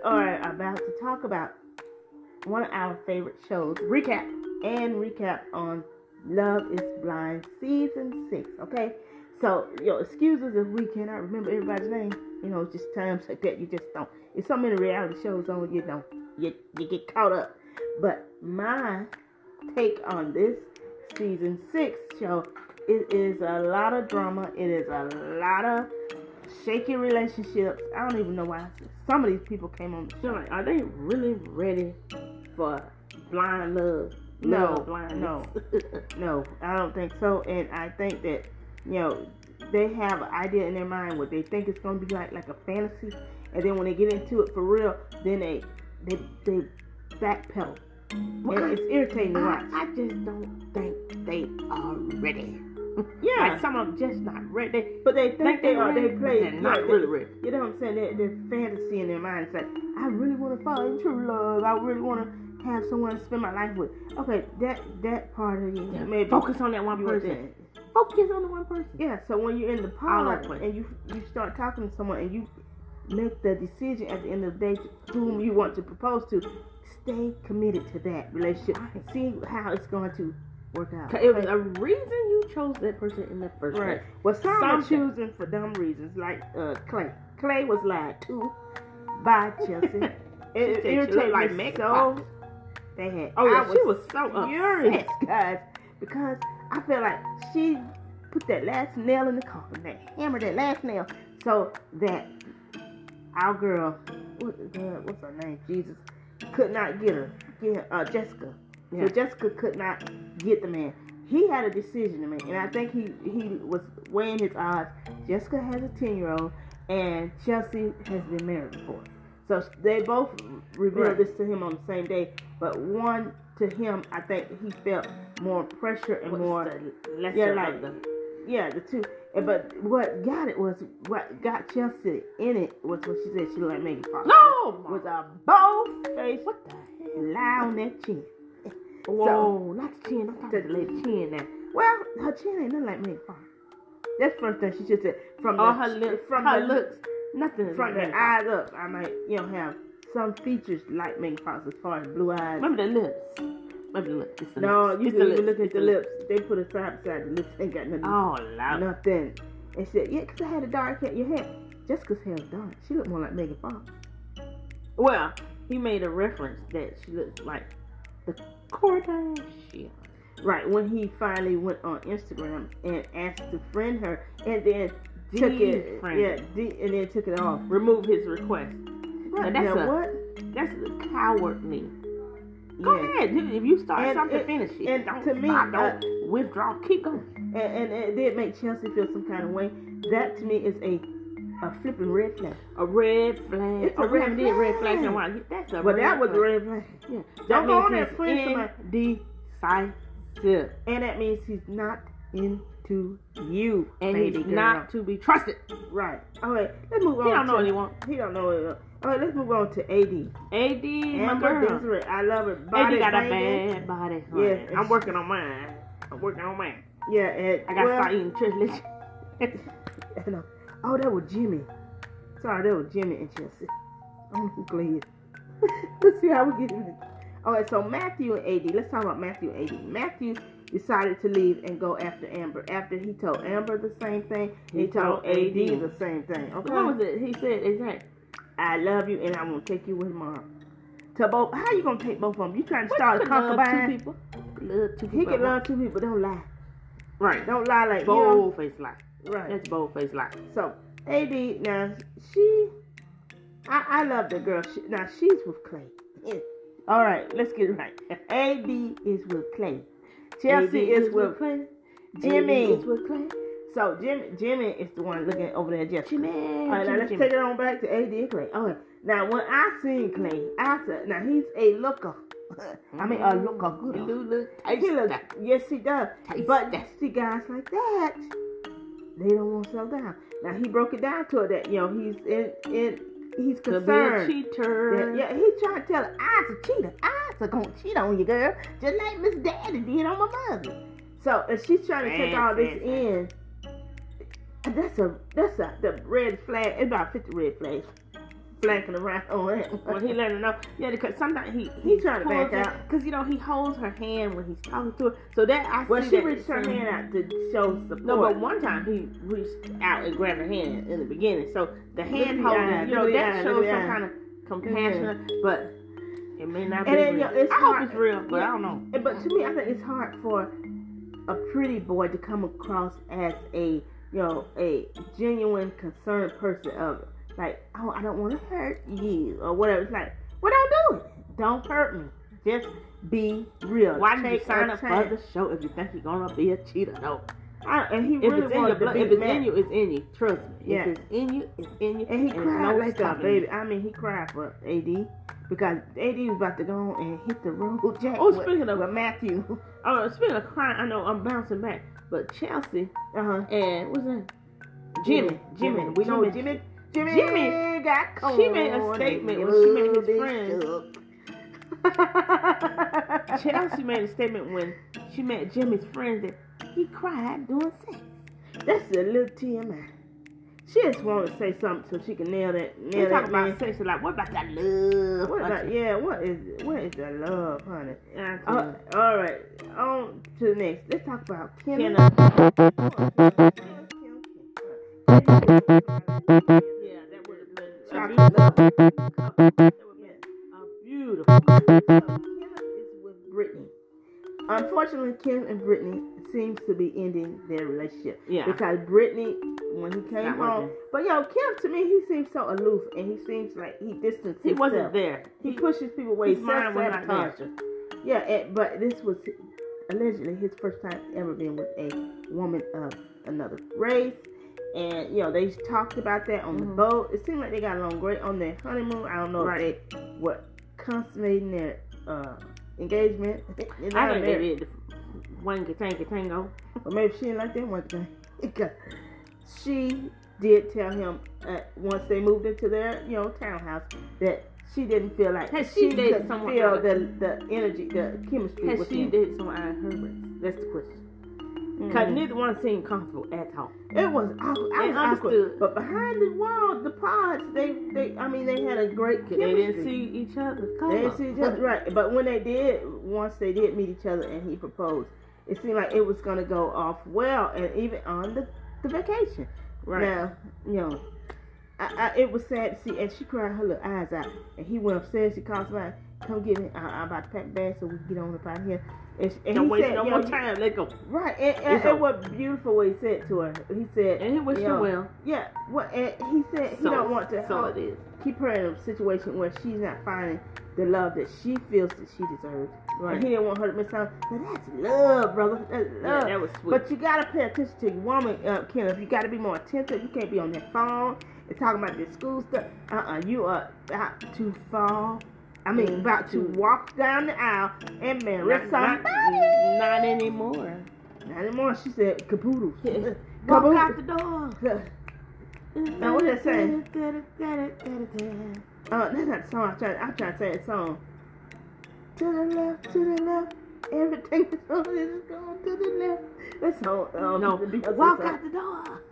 about to talk about one of our favorite shows, recap and recap on Love is Blind season six. Okay, so yo, excuse us if we cannot remember everybody's name. You know, it's just times like that you just don't. It's so many reality shows on you know you you get caught up. But my take on this season six show, it is a lot of drama. It is a lot of shaky relationships. I don't even know why some of these people came on the show. Like, are they really ready for blind love? No, Love blindness? no. No, I don't think so. And I think that, you know, they have an idea in their mind what they think it's gonna be like, like a fantasy. And then when they get into it for real, then they they they backpedal. And Because it's irritating to Uh, I, watch. I just don't think they are ready. Yeah, Like some of them just not ready. but they think they are. They ready, but play. They're yeah, not they- really ready. You know what I'm saying? That that fantasy in their mind. It's like, I really want to find true love. I really want to have someone to spend my life with. Okay, that that part of you Yeah, maybe focus on that one you were person. there. Focus on the one person. Yeah, so when you're in the All pod over. and you you start talking to someone and you make the decision at the end of the day to whom you want to propose to, stay committed to that relationship and see how it's going to work out. 'Cause It was a reason you chose that person in the first Right. place. Well, some, are Something. choosing for dumb reasons, like uh, Clay. Clay was lied to by Chelsea. it it said she irritated looked like like me Meg so. Fox. They had. Oh, yeah, I she was so furious, upset. guys, because I feel like she put that last nail in the coffin. They hammered that last nail so that our girl, what, uh, what's her name? Jesus could not get her. Get uh, Jessica. Yeah. So Jessica could not get the man. He had a decision to make, and I think he he was weighing his odds. Jessica has a ten year old, and Chelsea has been married before. So they both revealed Right. this to him on the same day, but one to him, I think he felt more pressure and What's more the lesser yeah, of like- the- yeah, the two. And, but what got it was what got Chelsea in it was what she said she looked like Megan Fox. No! was a bold face What the hell? lie on that chin. Whoa, not the chin. I'm The talking about little chin there. Well, her chin ain't nothing like Megan Fox. That's first thing she should say. From All the, her lips, from her the, looks, nothing. from like the that. eyes up, I might you know have some features like Megan Fox as far as blue eyes. Remember the lips. Remember the lips. It's the No, lips. you It's can even look It's at the lips. They put a side beside the lips. Ain't got nothing. Oh, loud. nothing. And she said, yeah, 'cause I had a dark hair. Your hair. Jessica's hair was dark. She looked more like Megan Fox. Well, he made a reference that she looks like the Kardashian. Right, when he finally went on Instagram and asked to friend her and then took it. De-friend. Yeah, de- and then took it off. Remove his request. What? that's Now a- what? That's the cowardly. Go Yes. ahead. dude. If you start And something, it- finish it. and don't to me, stop, uh, don't withdraw. Keep going. And, and it did make Chelsea feel some kind of way. That to me is a, a flipping red flag. A red flag. It's a oh, we red haven't did red flag. flags in a while. That's a But red that was flag. a red flag. Yeah. Don't That go means on there he's friend indecisive. And that means he's not into you. And baby he's girl. not to be trusted. Right. All right. Let's move on. He don't know to, what he wants. He don't know what he wants. All right. Let's move on to AD. AD, my Amber girl. Desiree. I love her. Body AD got a banging. bad body. honey. Yes, it's- I'm working on mine. I'm working on mine. Yeah. And, I gotta well, start eating church lunch. And, uh, oh, that was Jimmy. Sorry, that was Jimmy and Chelsea. I'm glad. let's see how we get in. All right, so Matthew and AD. Let's talk about Matthew and AD. Matthew decided to leave and go after Amber. After he told Amber the same thing, he, He told told AD AD. the same thing. Okay. What was it? He said exactly. I love you and I won't take you with mom. To both, how you gonna take both of them? You trying to start a What could love Two concubine? people. Love two people. He can at once. love two people. Don't lie. Right. Don't lie like you. Bold face lie. Right. That's bold face lie. So AD now she, I I love the girl. She, now she's with Clay. Yeah. All right, let's get it right. AD is with Clay. Chelsea AD is, with Clay. Jimmy. AD is with Clay. So Jimmy Jimmy is the one looking over there. at Jessica. Jimmy. All right, now Jimmy, let's Jimmy. take it on back to AD and Clay. All right, now when I seen Clay, I said, now he's a looker. I mean uh, a looker Mm-hmm. He good. do look tasty. He looks, yes, he does. Taste But that. see, guys like that, they don't want to settle down. Now he broke it down to her that you know he's in, in he's Could be a concerned. cheater. Yeah, yeah, he trying to tell her, I's a cheater. I's a gonna cheat on you, girl, just like Miss Daddy did on my mother. So if she's trying to take Yes, all this yes, in, that's a that's a the red flag. It's about fifty red flags. flanking around on that Well, one. he let her know. Yeah, because sometimes he He tried to back out. because you know he holds her hand when he's talking to her. So that I Well, see she that reached her it's him. hand out to show support. No, but one time he reached out and grabbed her hand in the beginning. So the hand the eye, holding, you know, look at the that eye, shows look at some the eye. kind of compassion, but it may not be. And then, real. yo, it's I hope hard- it's real, but I don't know. And- But to me, I think it's hard for a pretty boy to come across as a you know a genuine concerned person of like oh I don't want to hurt you or whatever. It's like well don't do it. Don't hurt me. Just be real. Why did you Take sign a up chance. for the show if you think you're gonna be a cheater? though? I, and he If really it's in your wanted to blood, be if it's mad. in you, it's in you. Trust me. Yeah. If it's in you, it's in you. And he there's cried no like a stopping baby. it. I mean, he cried for AD because AD was about to go on and hit the road. Jack Oh, with- speaking of- with Matthew, Oh, speaking of crying, I know I'm bouncing back, but Chelsea uh-huh, uh huh. and what's that? Jimmy, Jimmy, we know Jimmy. Jimmy, Jimmy got cold. She made a statement when she made his friends. Chelsea made a statement when she met Jimmy's friend that he cried doing sex. That's a little TMI. She just wanted to say something so she can nail that. They Nail talk that about man. sex a lot. What about that love? What about, yeah, what is what is the love, honey? Yeah, I Uh, all right, on to the next. Let's talk about Kenna. couldn't- yeah, that would have been a Chocolate beautiful. love. That would have been a beautiful. Kenna is with Brittany. Unfortunately, Kim and Brittany seems to be ending their relationship. Yeah. Because Brittany, when he came Not home, working. but yo, Kim to me, he seems so aloof and he seems like he distanced He himself. wasn't there. He pushes people away. His mind was not Self-sabotage. there. Yeah, and, but this was allegedly his first time ever being with a woman of another race. And you know they talked about that on the Mhm. boat. It seemed like they got along great on their honeymoon. I don't know Right. if they were consummating their uh, engagement. They're not I think they married. did. One tango tango. But maybe she didn't like that one thing. 'Cause she did tell him uh, once they moved into their, you know, townhouse that she didn't feel like Has she dated could someone feel else? the, the energy, the chemistry Has with she him. did some out of her race? That's the question. Mm. Because neither one seemed comfortable at all. It was awkward. I They was awkward. understood. But behind the walls, the pods, they, they, I mean, they had a great They chemistry. didn't see each other. They didn't see each other, right? But when they did, once they did meet each other and he proposed, it seemed like it was gonna go off well, and even on the, the vacation. Right. Now, you know, I, I, it was sad to see, and she cried her little eyes out. And he went upstairs. She called somebody, "Come get me! I, I'm about to pack bags so we can get on up out of here." And, she- and Don't he waste said, no you more know, time. Let go. Right, and, and, and It's over. what beautiful way he said to her. He said, And he wished Yeah. her well. "Yeah, what?" And he said he don't want to So help it is. keep her in a situation where she's not finding the love that she feels that she deserves. Right. And he didn't want her to miss out. Now that's love, brother. That's Yeah, love. that was sweet. but you gotta pay attention to your woman, uh, Kenneth. You gotta be more attentive. You can't be on that phone and talking about this school stuff. Uh uh You are about to fall. I mean, Mhm. about to walk down the aisle and marry not, somebody. not, not anymore. Not anymore. She said, caboodles. Yeah. Walk Kaboodle. out the door. Uh, Now, what that say? That's Uh, that's not the song I'm trying, I'm trying to say. That song. To the left, to the left, everything is on is going to the left. That's all. Um, No, the Beyonce walk song. out the door.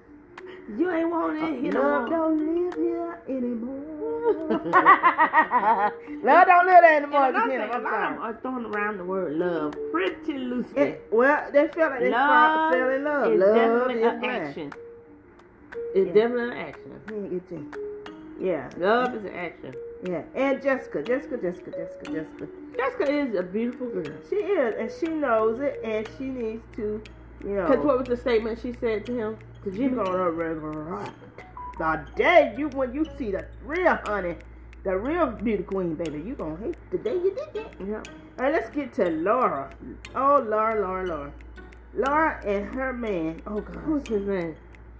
You ain't want Uh, it. Hit love no more. don't live here anymore. love don't live there And anymore. another Jen, thing, a I'm lot of sorry. them are throwing around the word love pretty loosely. It, eh, well, they feel like they Love fell fell in love. It's love definitely is an mine. action. It's Yeah. definitely an action. Yeah, get you. Yeah, Love is an action. yeah. And Jessica, Jessica, Jessica, Jessica, Jessica. Jessica is a beautiful girl. She is, and she knows it, and she needs to, you know. Because what was the statement she said to him? To You Jimmy? gonna regret the day you when you see the real honey, the real beauty queen, baby. You gonna hate the day you did that. Yeah. All right, let's get to Laura. Oh, Laura, Laura, Laura, Laura and her man. Oh God, What's his name?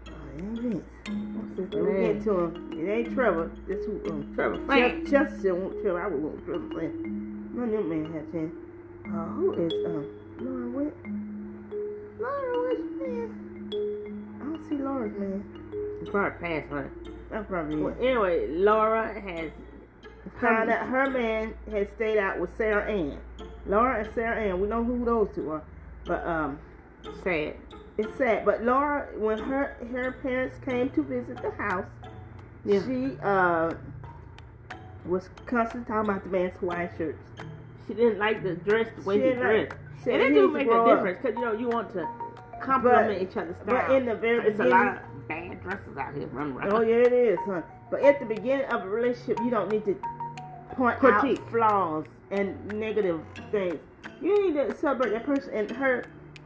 Oh, it ain't Vince. What's his We'll get name? to him. It ain't Trevor. This who um, Trevor Frank. Jeff, Jefferson won't Trevor. I would want Trevor Plan. None of them man had ten. Uh, who is um Laura? What? Laura, which man? I don't see Laura's man. Probably passed, her. That's probably Well, it. anyway, Laura has Found out her man had stayed out with Sarah Ann. Laura and Sarah Ann. We know who those two are. But um said, it's sad. But Laura when her her parents came to visit the house, Yeah. she uh was constantly talking about the man's Hawaii shirts. She didn't like the dress the way She he didn't like- dressed. Said and he it do needs to make grow a up. difference because you know you want to compliment But- each other's style. But in the very it's a beginning, lot of bad dresses out here running around. oh yeah, it is, huh? But at the beginning of a relationship, you don't need to point Critique. out flaws and negative things. You need to celebrate that person. And her,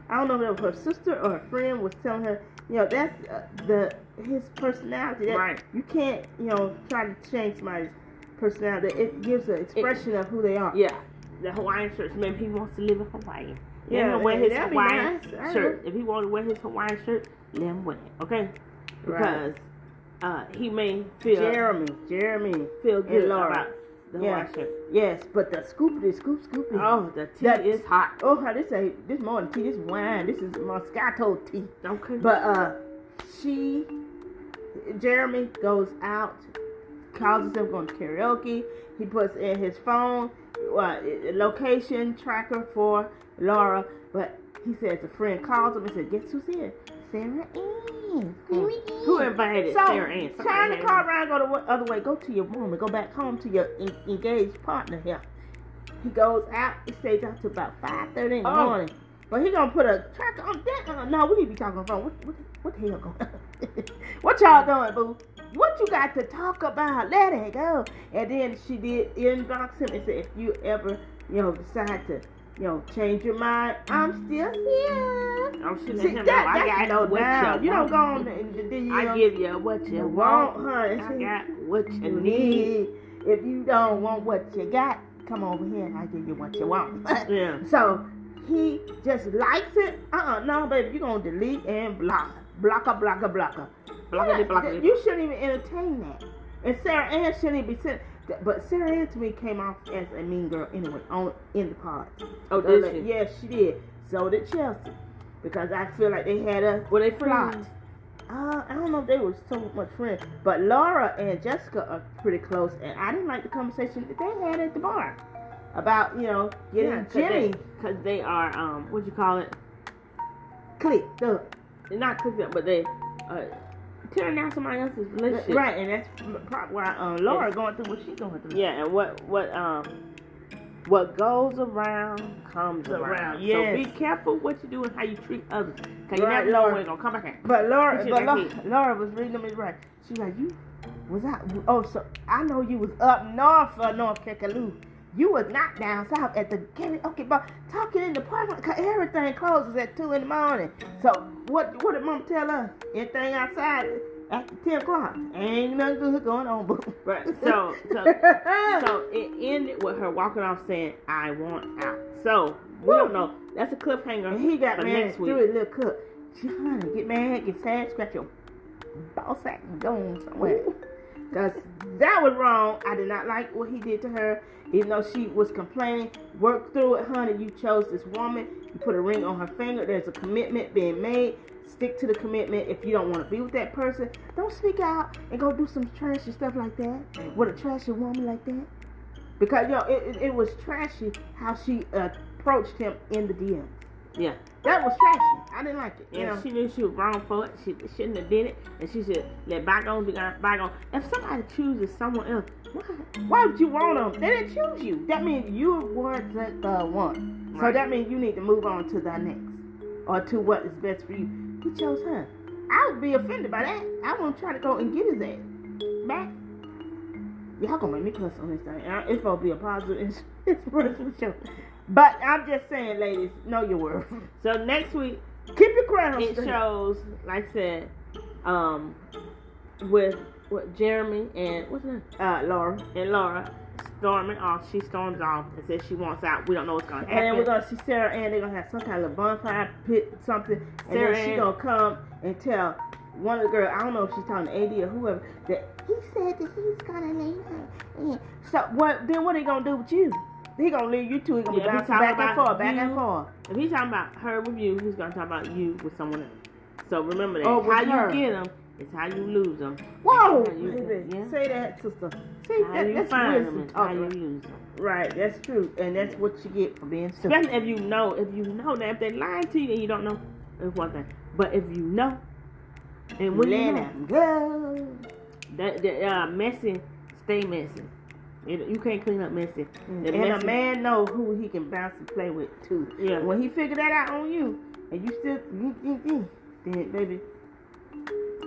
I don't know if it was her sister or her friend was telling her, you know, that's uh, the his personality. That Right. You can't, you know, try to change somebody's personality. It gives an expression of who they are. Oh, Yeah, the Hawaiian shirts. Maybe he wants to live in Hawaii. Let Yeah, him wear his that'd be Hawaiian nice. I shirt. If he wants to wear his Hawaiian shirt, let him wear it. Okay, because uh, he may feel Jeremy, Jeremy, feel and good Laura. about the Yeah. Hawaiian shirt. Yes, but the scoopity scoop scoopity. Oh, the tea That- is hot. Oh, how this ain't this morning tea, this wine, this is Moscato tea. Okay, But uh, she, Jeremy goes out, calls himself going to karaoke. He puts in his phone, uh, location tracker for Laura. But he says a friend calls him and says, "Guess who's here? Sarah Hmm. Ann. Sarah Ann." who invited So, Sarah Ann? Somebody turn the named- car around, go the wa- other way, go to your woman, go back home to your en- engaged partner here. He goes out, he stays out till about five thirty in the Oh. morning. But he gonna put a tracker on that. Uh, no, we need to be talking on the phone. What, what, what the hell going on? what y'all doing, boo? What you got to talk about? Let it go. And then she did inbox him and said, if you ever, you know, decide to, you know, change your mind, I'm still here. I'm shooting See, him. that, up. I that's got no what doubt. you You don't want. go on and, and then you I know, give you what you you want. want, huh? I It's- got what you you need. need. If you don't want what you got, come over here and I give you what you want. Yeah. so he just likes it. Uh uh no, baby, you gonna delete and block. Blocker, blocker, blocker. Blockity, blockity. You shouldn't even entertain that. And Sarah Ann shouldn't even be sent. But Sarah Ann to me came off as a mean girl anyway, on in the pod. Oh, did Uh, she? Yes, she did. So did Chelsea. Because I feel like they had a Were they plot. friends? Uh, I don't know if they were so much friends, but Laura and Jessica are pretty close, and I didn't like the conversation that they had at the bar about you know getting Jimmy Because they are, um, what you call it? clicked up, They're not cooking up, but they uh, tearing down somebody else's relationship. right? And that's probably why uh, Laura Yes. going through what she's going through. Yeah, and what what um what goes around comes Around, around. yes. So be careful what you do and how you treat others. Cause you Right, never know Laura. when it's gonna come back. at. But Laura, She but like Laura, Laura was reading them and right. She's like, you was out. Oh, so I know you was up north of North Kakaloo. You was not down south at the karaoke bar, talking in the parking lot. 'cause Everything closes at two in the morning. So what? What did Mom tell us? Anything outside after ten o'clock? Ain't nothing good going on, boo. Right. So so so it ended with her walking off saying, I want out. So we Woo. don't know. That's a cliffhanger. And he got for mad next and week. threw it, little cook. John, get mad, get sad, scratch your ball sack and go on somewhere. Because that was wrong. I did not like what he did to her. Even though she was complaining, work through it, honey. You chose this woman. You put a ring on her finger. There's a commitment being made. Stick to the commitment. If you don't want to be with that person, don't sneak out and go do some trashy stuff like that with a trashy woman like that. Because you know it, it, it was trashy how she uh, approached him in the DMs. Yeah. That was trashy. I didn't like it. And You know. she knew she was wrong for it. She shouldn't have did it. And she should let bygones be gone- bygones. If somebody chooses someone else, why? Why would you want them? They didn't choose you. That means you weren't the uh, one. So Right. that means you need to move on to the next or to what is best for you. He chose her. I would be offended by that. I wouldn't try to go and get his ass back. Y'all gonna make me cuss on this thing. And I- It's gonna be a positive ins- inspirational show. But I'm just saying, ladies, know your worth. So next week Keep your crown it straight. shows, like I said, um, with with Jeremy and what's her name? Uh, Laura. and Laura storming off. She storms off and says she wants out. We don't know what's gonna happen. And then we're gonna see Sarah Ann. They're gonna have some kind of bonfire pit, something. And Sarah then she Ann. gonna come and tell one of the girls. I don't know if she's talking to AD or whoever. That he said that he's gonna leave her. And so what? Then what he gonna do with you? He gonna leave you two. He gonna Yeah, be we bouncing talking back and about forth, back and you. forth. if he's talking about her with you, he's gonna talk about you with someone else. So remember that. Oh, with how her. you get them is how you lose them. Whoa! Yeah, you- baby. yeah. Say that, sister. See, How that, you that's find them wisdom is how you talking. lose them. Right, that's true, and that's what you get for being stupid. Especially if you know, if you know that if they lying to you and you don't know, it's one thing. But if you know, and when Let you know, him go. that, that uh, messy, stay messy. It, you can't clean up messy. And, And a messy- man know who he can bounce and play with too. Yeah. When he figure that out on you, and you still, then baby,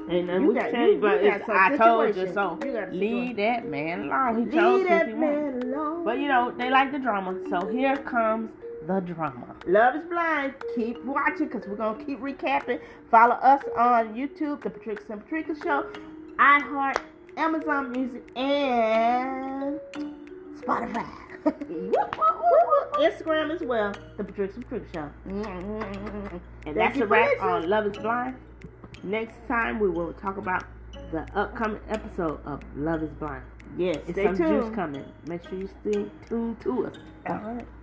And, and You we got- tell you- you, but you it's, got I some told you situation. so. You got a Leave that man alone. He chose leave who that he wants. man alone. But you know, they like the drama. So here comes the drama. Love is blind. Keep watching because we're gonna keep recapping. Follow us on YouTube, the Patricia and Patricia Show, iHeart, Amazon Music, and Spotify. Whoop, whoop, whoop, whoop. Instagram as well, the Patricia and Patricia Show. And Thank that's you a for wrap listening. on Love is Blind. Next time we will talk about the upcoming episode of Love is Blind. Yes, It's stay some tuned. juice coming. Make sure you stay tuned to us. All right.